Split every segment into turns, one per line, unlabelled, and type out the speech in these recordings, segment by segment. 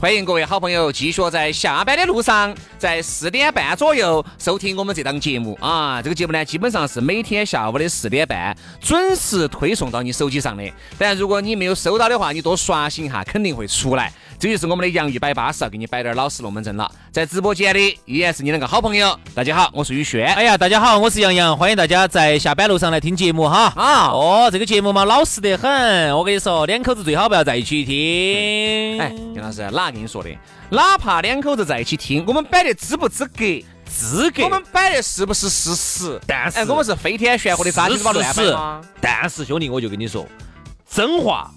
欢迎各位好朋友继续在下班的路上，在四点半左右收听我们这档节目啊！这个节目呢，基本上是每天下午的四点半准时推送到你手机上的。当然，如果你没有收到的话，你多刷新一下，肯定会出来。这就是我们的洋芋摆巴适，给你摆点儿老实龙门阵了。在直播间的依然是你那个好朋友，大家好，我是宇轩。
哎呀，大家好，我是杨洋，欢迎大家在下班路上来听节目哈。
啊
哦，这个节目嘛，老实得很。我跟你说，两口子最好不要在一起听。
哎，杨老师，哪个跟你说的？哪怕两口子在一起听，我们摆得资不资格？
资格
我，们摆的是不是事实？
但是
哎，我们是飞天悬火的渣鸡巴乱摆吗？
但是兄弟，我就跟你说，真话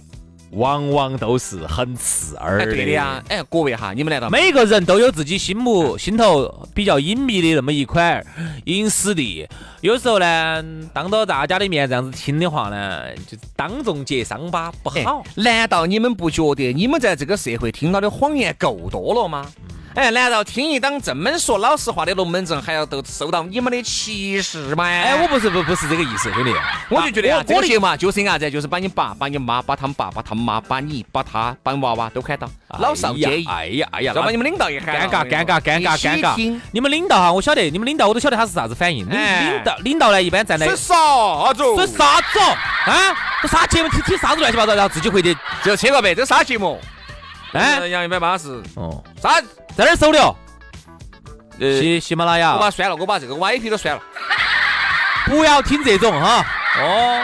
往往都是很刺耳
哎，
的。
对的呀。哎，各位哈，你们难道没？
啊每个人都有自己心目心头比较隐秘的那么一块隐私地，有时候呢，当着大家的面这样子听的话呢，就当众揭伤疤不
哎
好。
难道你们不觉得你们在这个社会听到的谎言够多了吗？哎，难道听一档这么说老实话的龙门阵，还要都受到你们的歧视吗？
哎，我不是不不是这个意思，兄弟，
我就觉得啊，这
我
个
的
节目啊，就是啥子，就是把你爸、把你妈、把他们爸、把他们妈、把你、把他、把娃娃都喊到，老少皆宜。
哎呀哎呀，
要把
那
你们领导也
尴
喊到
尬尴尬尴尬尴。
一起
尬
听！
你们领导哈，啊我晓得，你们领导我都晓得他是啥子反应。你
哎
领导领导呢，一般站在
这啥子？
这啥子哦啊？这啥节目听听啥子乱七八糟，然后自己回去
就切个呗，这啥节目？嗯
哎
杨一百八十，
哦，
啥？
在哪儿搜的哦？
呃
喜喜马拉雅哦
我把删了，我把这个 YP 都删了。
不要听这种哈，哦，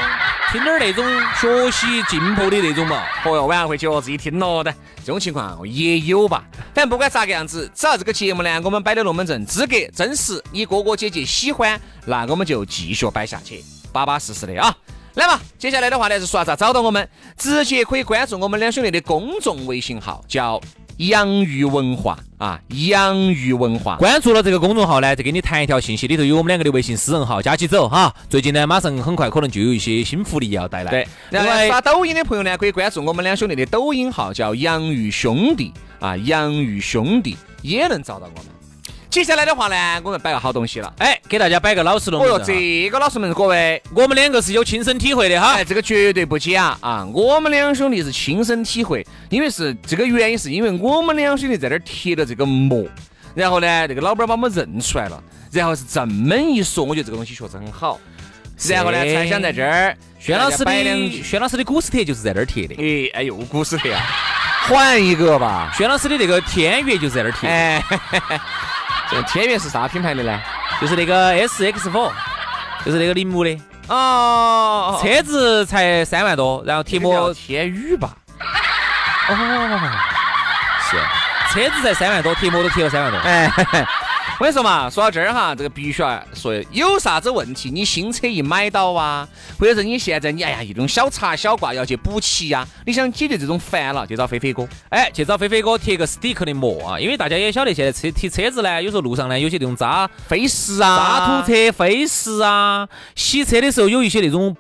听点儿那种学习进步的那种嘛。
哦哟，晚上回去哦自己听咯的，这种情况也有吧。反正不管咋个样子，只要这个节目呢，我们摆的龙门阵资格真实，你哥哥姐姐喜欢，那我们就继续摆下去，巴巴适适的啊。来嘛，接下来的话呢是说咋找到我们，直接可以关注我们两兄弟的公众微信号，叫“养鱼文化”啊，“养鱼文化”。
关注了这个公众号呢，再给你弹一条信息，里头有我们两个的微信私人号，加起走哈。最近呢，马上很快可能就有一些新福利要带来。
对，
另
然后
外
刷抖音的朋友呢，可以关注我们两兄弟的抖音号，叫“洋芋兄弟”啊，“洋芋兄弟”也能找到我们。接下来的话呢，我们摆个好东西了。
哎，给大家摆个老实龙
哦
门
哟，
阵哈。
这个老师们，各位，
我们两个是有亲身体会的哈
哎，。这个绝对不假啊！我们两兄弟是亲身体会，因为是这个原因，是因为我们两兄弟在这儿贴了这个膜，然后呢，这个老板把我们认出来了，然后是这么一说，我觉得这个东西确实很好，然后呢，才想在这儿
轩老师
摆两句
的轩老师的古斯特就是在那儿贴的，
哎，哎呦，古斯特啊， 换一个吧。
轩老师的那个天悦就是在那儿贴的，
哎， 这天悦是啥品牌的呢？
就是那个 S X Four，就是那个铃木的，
哦，
车子才三万多，然后贴
这个
膜
叫天宇吧？
是，车子才三万多，贴膜都贴了三万多。
哎， 我跟你说嘛，说到这儿哈，这个必须要说，有啥子问题，你新车一买到啊，或者是你现在你哎呀一种小擦小挂要去补齐呀，你想解决这种烦了，就找飞飞哥。
哎，去找飞飞哥贴个 stick 的膜啊，因为大家也晓得现在车贴车子呢，有时候路上呢有些那种渣
飞石
渣
啊，
土车、飞石啊，洗车的时候有一些那种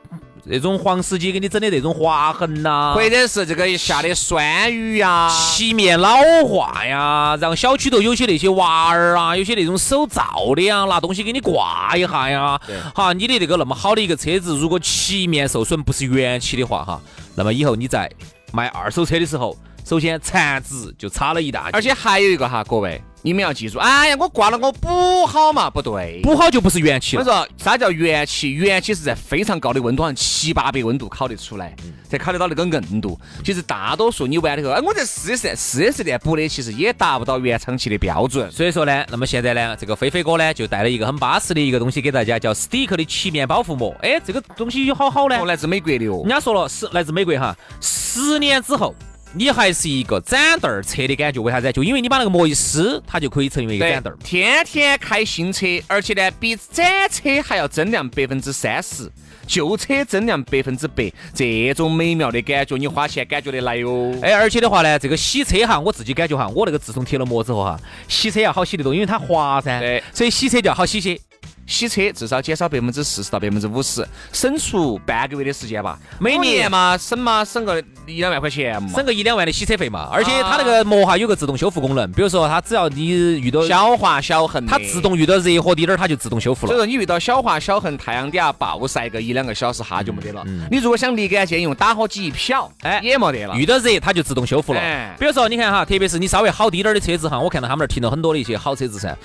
那种黄司机给你整的那种划痕啊呐、
或者是这个下的酸雨啊呀，
漆面老化呀，然后小区头有些那些娃儿啊，有些那种手造的呀，拿东西给你挂一下呀
对。
哈，你的那个那么好的一个车子，如果漆面受损不是原漆的话，哈，那么以后你在卖二手车的时候，首先残值就差了一大截。
而且还有一个哈，各位，你们要记住，哎呀，我挂了，我补好嘛，不对。
补好就不是元气
我
了。
说啥叫元气？元气是在非常高的温度，好像七八百温度烤得出来，才烤得到那个硬度。其实大多数你完了以后，哎，我在四 S 店、四 S 店补的，其实也达不到原厂漆的标准。
所以说呢，那么现在呢，这个飞飞哥呢就带了一个很巴适的一个东西给大家，叫 Stick 的漆面保护膜。哎，这个东西有好好呢
哦，，来自美国的哦
人，家说了是来自美国哈，十年之后你还是一个斩凳儿车的感觉，为啥子？就因为你把那个膜一撕，它就可以成为一个
对
斩凳儿，。
天天开新车，而且呢，比展车还要增量百分之三十，旧车增量百分之百，这种美妙的感觉，你花钱感觉得来哟。哎，
哎，而且的话呢，这个洗车哈，我自己感觉哈，我那个自从贴了膜之后哈，洗车要好洗得多，因为它滑噻，
对
所以洗车就要好洗些。
洗车至少减少百分之四十到百分之五十，省出半个月的时间吧。
每
每
年
年嘛，省嘛省个一两万块钱嘛。
省个一两万的洗车费嘛，而且它那个膜哈有个自动修复功能，比如说它只要你遇到
小划小痕的，
它自动遇到热和滴点儿，它就自动修复
所以
了。
说你遇到小划小痕，太阳底下暴晒个一两个小时哈就没得了。你如果想立竿见影，打火机一瞟，
嗯哎
哎，也没得了。
遇到热它就自动修复了
哎。
比如说你看哈，特别是你稍微好滴点儿的车子哈，我看到他们那儿停了很多的一些好车子噻，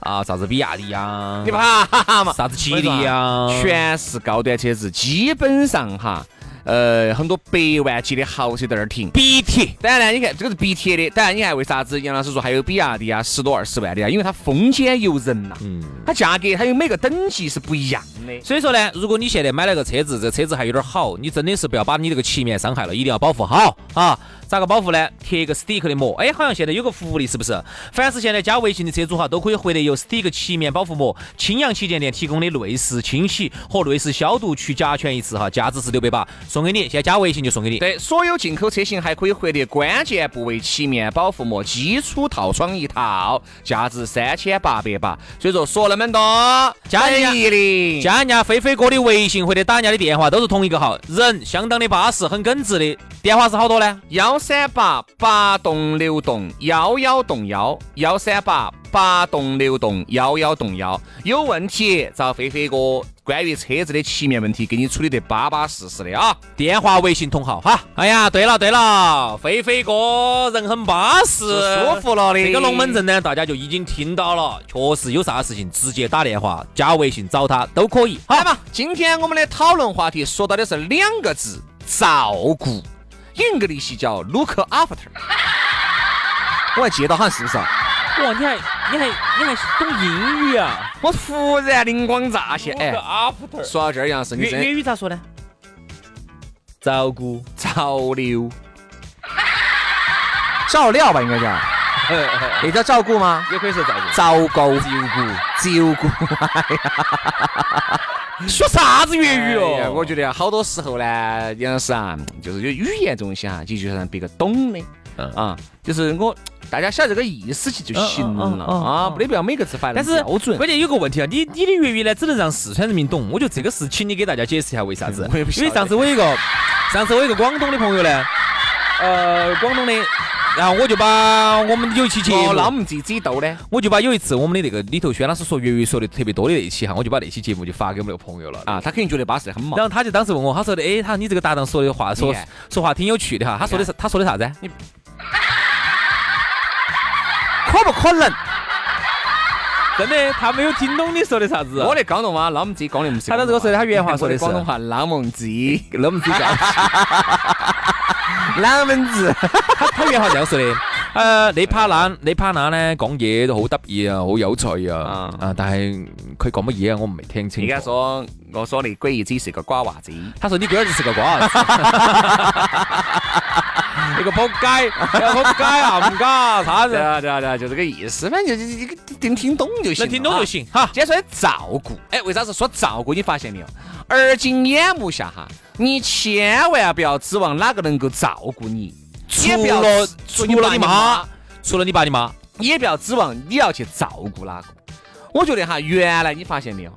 啊，啥子比亚迪呀
你，怕哈哈嘛？
啥子啊吉利呀，
全是高端车子，基本上哈，呃，很多百万级的豪车在那儿停。
鼻涕。
当然呢，你看这个是鼻贴的。当然，你看为啥子杨老师说还有比亚迪啊，十多二十万的啊？因为它风间由人呐、
嗯
它价格它有每个等级是不一样的。
所以说呢，如果你现在买了个车子，这车子还有点好，你真的是不要把你这个漆面伤害了，一定要保护好啊！咋个保护呢？贴一个 stick 的膜，哎，好像现在有个福利是不是？凡是现在加微信的车主哈，都可以获得由 stick 漆面保护膜清阳旗舰店提供的内饰清洗和内饰消毒去甲醛一次哈，价值是六百八，送给你。现在加微信就送给你。
对，所有进口车型还可以获得关键部位漆面保护膜基础套装一套，价值三千八百八。所以说说那么多，
加一下
一零，
加人家飞飞哥的微信或者打人家的电话都是同一个号，人相当的巴适，很耿直的。电话是好多呢？
幺三八八栋六栋幺幺栋幺，幺三八八栋六栋幺幺栋幺。有问题找飞飞哥，关于车子的漆面问题，给你处理得巴巴适适的啊！
电话、微信同号哈。哎呀，对了对了，飞飞哥人很巴适，
舒服了的
这个龙门阵呢，大家就已经听到了，确实有啥事情直接打电话、加微信找他都可以。好
来嘛，今天我们的讨论话题说到的是两个字：照顾。英格利系叫 look after。我还接到，好像是不是啊？
哇，你还你还你还懂英语啊
我突然灵光乍现，哎，
？After
说到这儿，杨老师，你
粤粤
真
语咋说呢？照顾
潮流， 照料吧，应该 叫，也叫照顾吗？
也可以说照顾。
糟糕，照顾，照 顾。
学啥子粤语
哎呀
哦？
我觉得好多时候呢，杨老师啊，就是有语言这种东西啊，你就要让别个懂的，
嗯
啊，就是我大家晓得这个意思就就行
嗯嗯
了
嗯嗯
啊，
嗯
没得必要每个字发
但
的
是
标准。。
关键有个问题啊，你你的粤语呢，只能让四川人民懂。我觉得这个是，请你给大家解释一下为啥子
我也不晓
因
得
为上次 我有一个，上次我有一个广东的朋友呢，呃，广东的，然后我就把我们有一期节目
哦，，那我们自己抖呢？
我就把有一次我们的那个里头轩老师说粤语说的特别多的那一期哈，我就把那期节目就发给我们那个朋友了。
啊，他肯定觉得巴适得很嘛
然。后他就当时问我，他说的，哎，他你这个搭档说的话，说
你看
说话挺有趣的哈。他说的是，他说的啥子？
可不可能？
真的，他没有听懂你说的啥子。啊
我的广东话，那我们自己广东不是
他
广
当
东话。
时说的他原话说的是
我广东话，那我们自己，
那么 比较。
那们字。
他他原话这样说的，呃，你怕冷，你怕冷咧，講嘢都好得意啊，好有趣啊，
啊
啊，但係佢講乜嘢啊，我唔係聽清
你
楚
跟他。说，我说你鬼子是个瓜娃子。
他說你龟兒子是個瓜兒子，你個仆街，你個仆街啊，唔 噶，啥
对
子？
啊对啊对啊，就这个意思，反正就就就就听听懂就行。
能聽懂就。行哈。
今天说的照顾，哎，为啥子说照顾？你发现没有？而今眼目下哈，你千万不要指望哪个能够照顾你，也不
除
要
了
指
除了
爸
你媽，，除了你爸你媽，
也不要指望你要去照顾哪个。我觉得哈，原来你发现没有？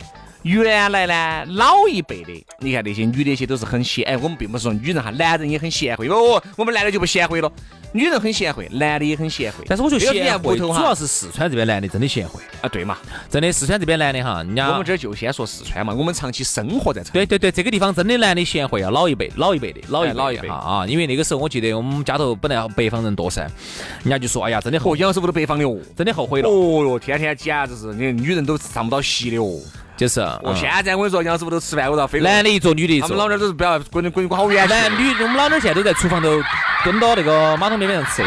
原来呢，老一辈的，你看那些女的，些都是很贤，哎，我们并不是说女人哈，男人也很贤惠，哦，我们男的就不贤惠了。女人很贤惠，男的也很贤惠。
但是我觉得
这个你
贤
看
惠
屋
主
头哈
要是四川这边男的真的贤惠，
啊，对嘛，
真的四川这边男的哈，人家
我们这儿就先说四川嘛，我们长期生活在这儿。
啊对对对，这个地方真的男的贤惠啊，老一辈，老一辈的，老一
哎老一
辈
辈
的啊啊！因为那个时候我记得我们家头本来北方人多噻，人家就说哎呀，真的后
哦，杨老师屋头北方的哦。
真的后悔了，
哦哟，天天简直是，你女人都上不到席的哦。
就是
我
嗯
现在我跟你说，杨师傅都吃饭，我到飞过
男的一桌，女的一
他
桌
们。老娘都是不要滚滚滚好远去。
男哎女，我们老娘现在都在厨房头蹲到那个马桶边边上吃。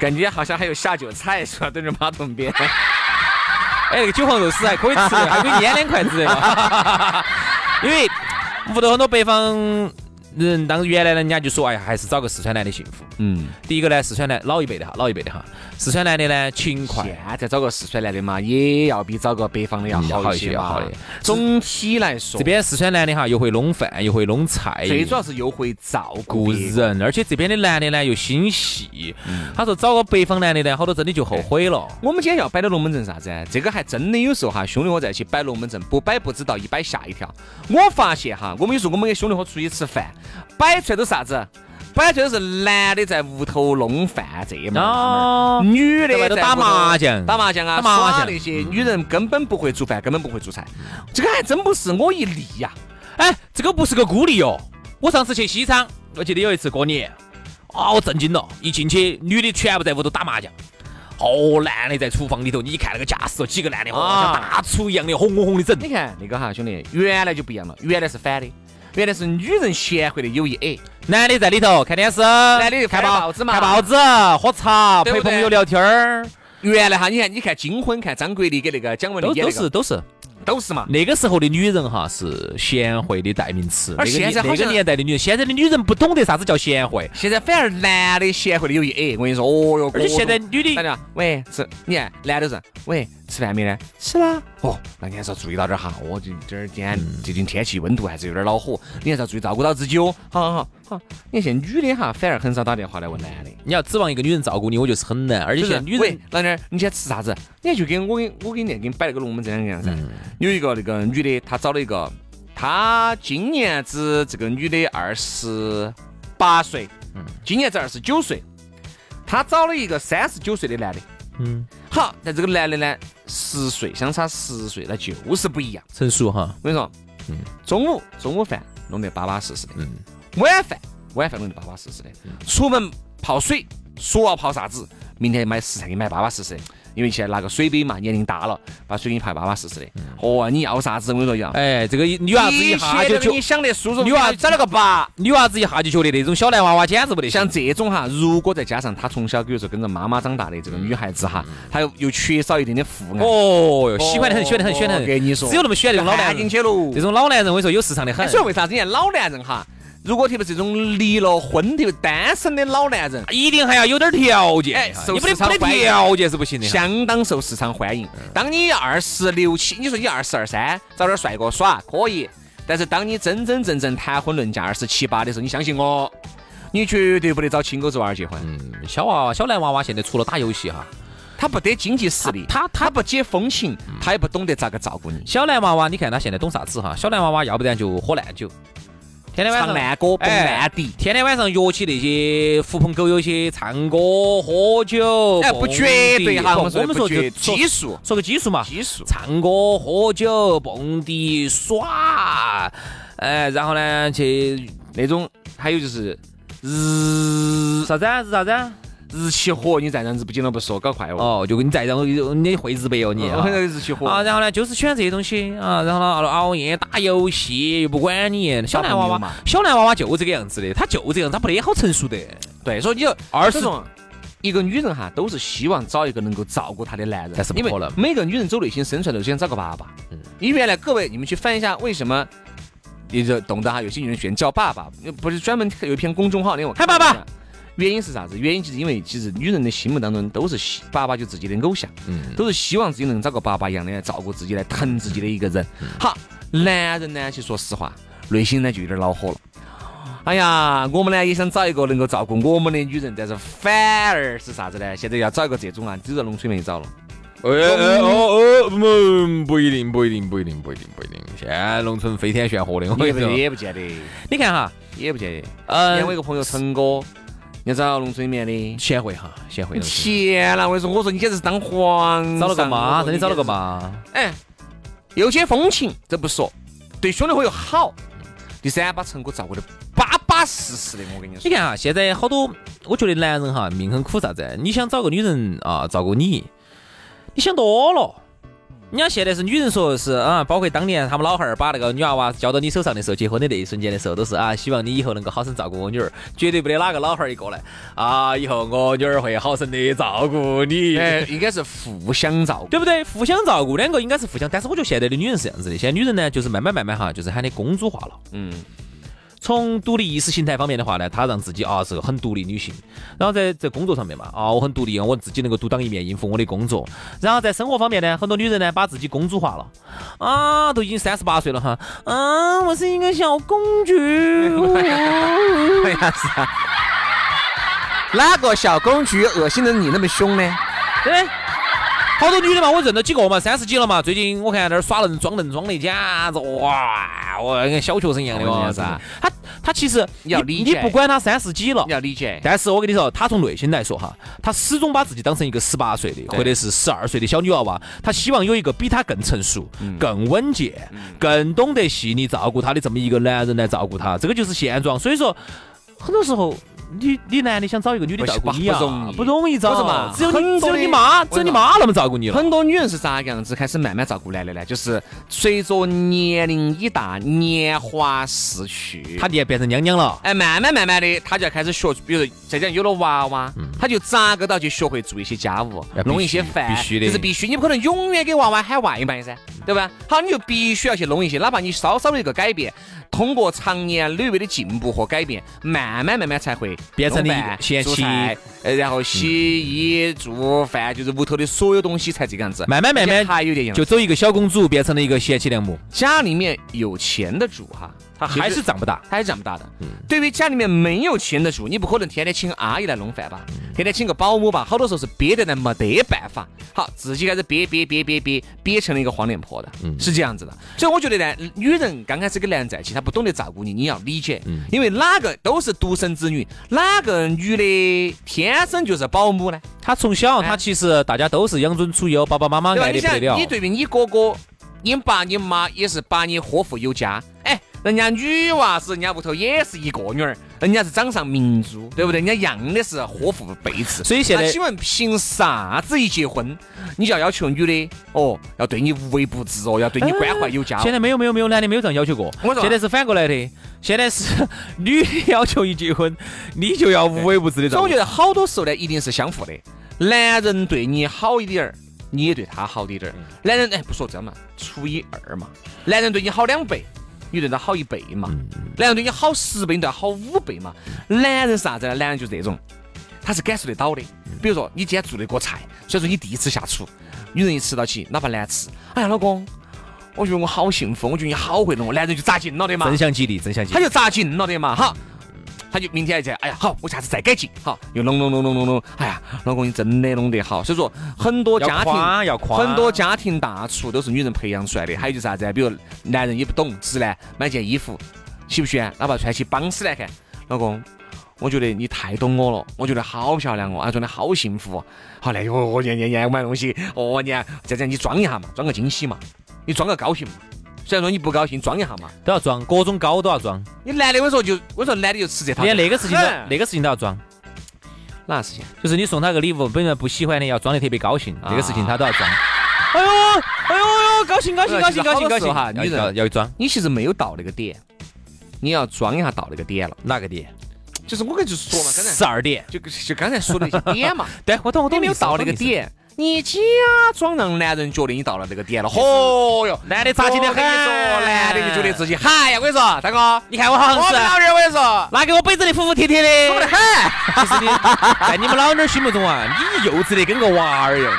感觉好像还有下酒菜是吧？蹲着马桶边。
哎，那个韭黄肉丝还可以吃，还可以腌两筷子。 因为屋头很多北方人，当原来人家就说，哎呀，还是找个四川男的幸福。
嗯，
第一个呢，四川男老一辈的哈，老一辈的哈，四川男的呢勤快，
现啊在找个四川男的嘛，也要比找个北方的要
要好
好
一
一
些
些
要好
嘛
一些。
总体来说，
这边四川男的哈，又会弄饭，又会弄菜，
最主要是又会照
顾
顾别人。
人，而且这边的男的呢又心细。他说找个北方男的呢，好多真的就后悔了。
我们今天要摆的龙门阵啥子啊？这个还真的有时候哈，兄弟伙在一起摆龙门阵，不摆不知道，一摆吓一跳。我发现哈，我们有时候我们跟兄弟伙出去吃饭，摆出来都啥子？摆出来都是男的在屋头弄饭这一门儿那
哦
门儿，女
在外
的
头
在
打
屋头
麻将
打麻将啊，
打麻
耍
将嗯
那些女人根本不会煮饭，根本不会做菜。这个还真不是我一例呀、
哎，这个不是个孤立哦。我上次去西昌，我记得有一次过年，啊，我震惊了，一进去女的全部在屋头打麻将。哦，男的在厨房里头，你一看那个架势，几个男的哦，
啊
像大厨一样的，红红红的整。
你看那个哈，兄弟，原来就不一样了，原来是反的，原来是女人贤惠的哎有一矮。
男的在里头看电视，男
的就
看
看
报
报纸嘛
看报纸，喝茶，
对
陪
不对
朋友聊天儿，
原来哈，你看，你看《金婚》，看张国立跟那个蒋雯
都
丽演
都
那个
是都是。
都是嘛。
那个时候的女人哈是贤惠的代名词，
而
那个年
现在好
那个
像
年代的女人，现在的女人不懂得啥子叫贤惠，
现在反而男的贤惠的有一矮，我跟你说，哦哟，
而且现在
各种
女
反
的
正啊喂吃，你看男的是喂吃饭没呢？吃了。哦，那你还是要注意到点儿哈，我这这儿今天最近天气温度还是有点儿恼火，你还是要注意照顾到自己哦。好好好好，你看现在女的哈反而很少打电话来问男的。
你要指望一个女人照顾你，我觉得是很难，而且
就
现在
是
女
喂
人，
老娘儿，你今天吃啥子？你看就跟我给我给你给你摆了个龙门阵两
嗯
个样噻。有一个那个女的，她找了一个，她今年子这个女的二十八岁，
嗯
今年子二十九岁，她找了一个三十九岁的男的。
嗯，
好，但这个男的呢，十岁相差十岁，那就是不一样。
成熟哈，
我跟你说，
嗯
中午中午饭弄得巴巴适适的，
嗯
晚饭晚饭弄得巴巴适适的，出门泡水，说要泡啥子，明天买食材给你买巴巴适适的，因为现在拿个水杯嘛，年龄大了，把水给你泡巴巴适适的。哦，你要啥子？我跟你说，要
嗯哎，这个一女娃子一下就
切都
就
给你想得舒服，
女娃子
找了个爸。
女娃子一下就觉得那种小男娃娃简直不得
像
行，
这种哈，如果再加上她从小，比如说跟着妈妈长大的这个女孩子哈，她又又缺少一点点父爱，
嗯哦哟，喜欢的很，喜欢的很，喜欢的很，
我跟你说
只有那么喜欢这种老男
进
人，
去喽。
哦这种老男人我跟你说有市场的很
哎，，所以为啥子？你看老男人哈，如果特别是这种离了婚、特别单身的老男人，
一定还要有点条件
哎，
你
受
不得
市场
不得
欢迎
条件是不行的哈，
相当受市场欢迎。当你二十六七，你说你二十二三，找点帅哥耍可以，但是当你真真正正谈婚论嫁二十七八的时候，你相信我，你绝对不得找亲狗子娃儿结婚，
嗯小娃娃小男娃娃现在除了打游戏哈，
他不得经济实力，
他
他嗯不解风情，他也不懂得咋个照顾你。
小男娃娃，你看他现在懂啥子哈？小男娃娃要不然就喝烂酒，天天晚
唱
上
烂歌，蹦
哎
烂迪。
天天晚上约起那些狐朋狗友些唱歌、喝酒，
哎，不绝对哈，
蹦迪我们说
不
就
绝
说
基数，
说个基数嘛，
基数。
唱歌、喝酒、蹦迪、耍，哎，然后呢去
那种，还有就是
日啥子啊？日啥子啊？
日期火，你再这样子不紧了不说，搞快哦。
哦，就跟你再让我你会日白哦你
我
啊
很。日期火
啊，然后呢，就是喜欢这些东西啊，然后呢，熬夜打游戏又不管你，小男娃
打朋友
娃
嘛，
小男娃娃就这个样子的，他就这样，他没得好成熟的。
对，所以你就
二
所
十
以说一个女人哈，都是希望找一个能够照顾她的男人，
但是不
因为
可能
每个女人走内心深处都想找个爸爸。你原来各位，你们去翻一下，为什么你就懂得哈？有些女人喜欢叫爸爸，不是专门有一篇公众号那我看
嗨爸爸
了一下。原因是啥子？原因就是因为其实女人的心目当中都是希爸爸就自己的偶像，
嗯，
都是希望自己能找个爸爸一样的来照顾自己、来疼自己的一个人。
嗯
好，男人呢，其实说实话，内心呢就有点恼火了。哎呀，我们呢也想找一个能够照顾我们的女人，但是反而是啥子呢？现在要找一个这种啊，只在农村没找了。
哎哎哦哦，不不一定，不一定，不一定，不一定，不一定。现在农村飞天炫火的，我
也
跟你
不
说，
也不见得，
你看哈，
也不见得。
呃
因为我，有个朋友陈哥，要找农村里面的。
贤惠哈，贤惠。
天呐，我跟你说，我说你简直是当皇上，
找了个妈，
我说
真
你
的找了个
简直
妈。
哎，有些风情这不说，对兄弟伙又好。第三，把成果照顾的巴巴适适的，我跟你
你
说。
看哈，啊现在好多，我觉得男人哈命很苦，啥子？你想找个女人啊，照顾你，你想多了。人家现在是女人说是啊，包括当年他们老汉儿把那个女娃娃交到你手上的时候，结婚的那一瞬间的时候，都是啊，希望你以后能够好生照顾我女儿，绝对不得哪个老汉儿一过来啊，以后我女儿会好生的照顾你。
哎，应该是互相照顾。
对不对？互相照顾，两个应该是互相。但是我觉得现在的女人是这样子的，现在女人呢，就是慢慢慢慢哈，就是喊的公主化了。
嗯，
从独立意识形态方面的话呢，她让自己啊是个很独立女性，然后在在工作上面嘛，啊我很独立，我自己能够独当一面应付我的工作。然后在生活方面呢，很多女人呢把自己公主化了，啊都已经三十八岁了哈，啊我是一个小公主，
哎 呀是啊。哪个小公举恶心的你那么凶呢？
对。哎好多女的嘛，我认了几个嘛，三十几了嘛，最近我看那儿耍愣装愣装的，简直哇，我跟小学生一样的
哎我跟
哦，
你讲
是吧？她她其实
你要理解
你不管她三十几了
你，要理解。
但是我跟你说，她从内心来说哈，她始终把自己当成一个十八岁的或者是十二岁的小女娃娃，她希望有一个比她更成熟、
嗯
更稳健、更懂得细腻照顾她的这么一个男人来照顾她，这个就是现状。所以说，很多时候。你你男的想找一个女的照顾你啊，
不容易
不容易
不是
找
嘛，
只有
很
你只
多
有你
的
妈，
我
只有你
跟你
妈那么照顾你了。
很多女人是咋个样子开始慢慢照顾男的呢？就是随着年龄已大，年华逝去，
她也变成娘娘了，
哎，慢慢慢慢的，他就要开始学，比如说再讲有了娃娃，他就咋个到去学会做一些家务
嗯那，必须
弄一些饭，
必须的
这是必须。你不可能永远给娃娃喊外卖噻，对吧？好，你就必须要去弄一些，哪怕你稍稍的一个改变，通过常年累月的进步和改变，慢慢慢慢才会
变成
弄
了一个
饭
贤
做
妻
菜呃，然后洗衣做饭，就是屋头的所有东西才这个样子，
嗯慢慢慢慢
还有点样
就
子。
走一个小公主变成了一个贤妻良母，
家里面有钱的主哈，
她
其实
还是长不大。
他还是长不大的。对于家里面没有钱的主，你不可能天天请阿姨来弄饭吧？天天请个保姆吧？好多时候是憋得来没得办法，好，自己开始憋憋憋憋憋憋成了一个黄脸婆的，是这样子的。所以我觉得呢，女人刚开始跟男人在一起，她不懂得照顾你，你要理解，因为哪个都是独生子女，哪个女的天生就是保姆呢？
她从小，
哎
她其实大家都是养尊处优，爸爸妈妈
对吧？
爱
你
的不
想
得了。
你对于你哥哥、你爸、你妈也是把你呵护有加。哎，人家女娃子，人家屋头也是一个女儿，人家是掌上明珠，对不对？人家样的是呵护备至。
所以现在
那请问凭啥子一结婚，你就要要求女的哦，要对你无微不至哦，要对你关怀有加哦？
现在没有没有没有，男的没有这样要求过
我。说
现在是反过来的，现在是 女的要求一结婚，你就要无微不至的
所以
照
我
顾
觉。得好多时候呢，一定是相互的。男人对你好一点儿，你也对他好一点儿。男人哎，不说这样嘛，除以二嘛。男人对你好两倍，你对他好一倍嘛。男人对你好十倍，你对他好五倍嘛。男人是啥子呢？男人就是这种，他是感受得到的。比如说你今天做了一锅菜，虽然说你第一次下厨，女人一吃到起，哪怕难吃，哎呀老公，我觉得我好幸福，我觉得你好会弄，男人就扎劲了的嘛。
正向激励，正向激
他
励。
就扎紧了的嘛，哈。他就明天再，哎呀，好，我下次再改进，好，又弄弄弄弄弄弄，哎呀，老公你真的弄得好，所以说很多家
要夸
庭。
要夸，
很多家庭大厨都是女人培养出来的，还有就是啥子啊？比如男人也不懂，直男买件衣服喜不喜欢，哪怕穿起绑死来看，老公，我觉得你太懂我了，我觉得好漂亮哦，啊，装得好幸福哦。好嘞，我我年年年我买东西，哦年，这样你装一下嘛，装个惊喜嘛，你装个高兴嘛。虽然说你不高兴，装一下嘛。
都要装，各种高都要装，
你男的，我说就我说男的就吃这套，
连那个事 情都
嗯
那个事情都要装。
哪事情？
就是你送他个礼物，本来不喜欢的，要装的特别高兴，这个事情他都要装。啊 哎呦哎呦哎呦，高兴高兴高兴高兴高兴
好多时候哈
要
女人
要要装
你其实没有到那个点，你要装一下到那个点了。
哪个点？
就是我跟就说嘛，刚才
十二点。
就就刚才说的那些点 嘛，
对，我懂我
你
懂你
没
意
有
思。我
到
懂
那个
你意思。
点，你假装让男人觉得你到了那个点了。嚯哟，
男的扎劲的
我
很，
跟你说，男的就觉得自己嗨呀！我跟你说，大哥，
你看我好像
我们
是啊
老二，我跟你说，
拿给我背着的服服帖帖的
我们。很。
其实你在你们老娘儿心目中啊，你幼稚的跟个娃儿一样的。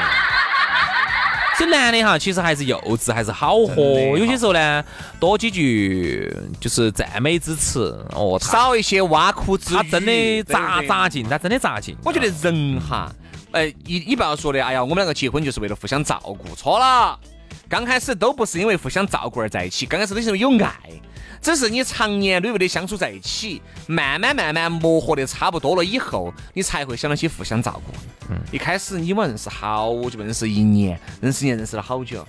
这男的哈，其实还是幼稚，还是好
真
活。
的
有些时候呢，多几句就是赞美之词哦。他
少一些挖苦之语。
他真的
对
扎
不对
扎劲，他真的扎劲。啊
我觉得哎人哈，呃，你你不要说的，哎呀，我们两个结婚就是为了互相照顾，错了。刚开始都不是因为互相照顾而在一起，刚开始都是因为有爱，只是你常年累月的相处在一起，慢慢慢慢磨合的差不多了以后，你才会想到去互相照顾。
嗯
一开始你们认识好久，认识一年，认识一年认识了好久，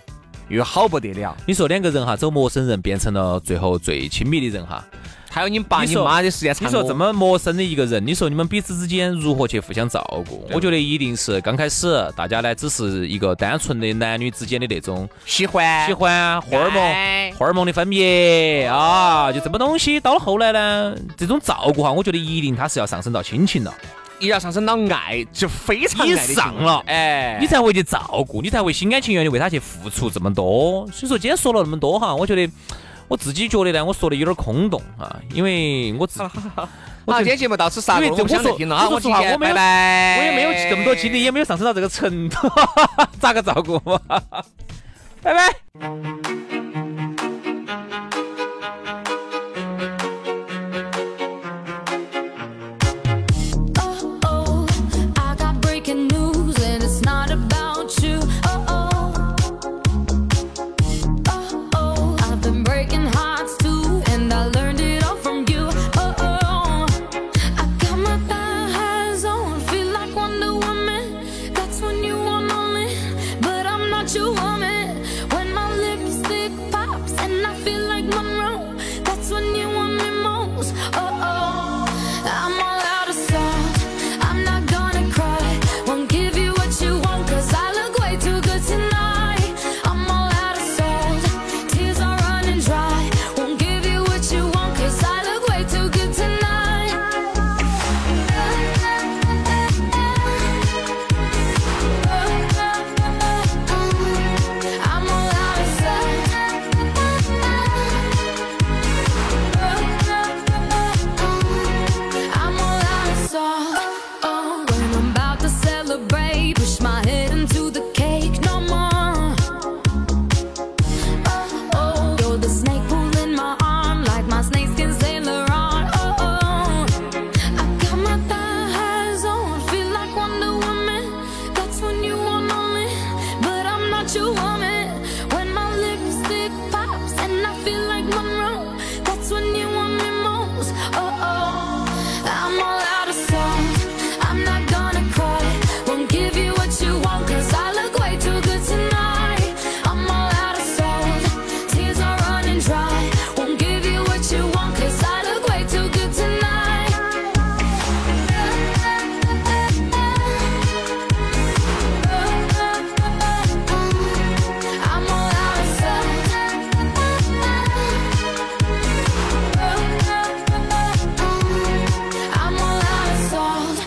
又好不得了。
你说两个人哈，走陌生人变成了最后最亲密的人哈。
还有你爸
你
你
说
妈的时间
你
长，
说这么陌生的一个人，你说你们彼此之间如何去互相照顾？我觉得一定是刚开始大家呢，只是一个单纯的男女之间的那种
喜欢
喜欢啊荷尔
哎
蒙、荷尔蒙的分泌啊，就这么东西。到了后来呢，这种照顾哈，啊我觉得一定它是要上升到亲情了，
一要上升到爱，就非常
以
爱的
上
情况
了
哎，
你才会去照顾，你才会心甘情愿的为他去付出这么多。所以说今天说了那么多哈，我觉得我自己觉得呢，我说的有点空洞啊，因为 我自己。
好，今天啊节目到此煞
因为这
过了，我不想
我说
再听了啊！
我说
我
实
今
话
天
我没有
拜拜，
我也没有这么多精力，也没有上升到这个 程度，咋个照顾嘛？拜拜。
Oh oh, I got breaking news and it's not about you. Oh oh, oh oh, I've been breaking hearts too and I learned it all from you. Oh oh, I got my thighs on, feel like Wonder Woman. That's when you want me, but I'm not your woman. When my lipstick pops and I feel like Monroe, that's when you want me most. Oh oh, I'm all out of sight. I'm not gonna cry. Won't give you what you want, 'cause I look way too good tonight. I'm all out of salt. Tears are running dry. Won't give you what you want, 'cause I look way too good tonight. I'm all out of sight. I'm all out of salt. Oh, When I'm about to celebrate, push my head into the cake no more. Oh, oh, you're the snake pulling my arm like my snakeskin sailor on. Oh, oh, I got my thighs on, feel like Wonder Woman. That's when you want me, but I'm not your woman. When my lipstick pops and I feel like Monroe, that's when you want me most. Oh, oh, I'm all out of sight. I'm not gonna cry. Won't give you what you want, 'cause I look way too good tonight. I'm all out of salt. Tears are running dry. Won't give you what you want, 'cause I look way too good tonight. I'm all out of sight. I'm all out of salt.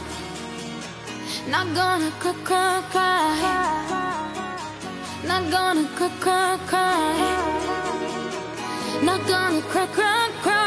Not gonna cry, cry, cry. Not gonna cry, cry, cry. Not gonna cry, cry, cry. Mm,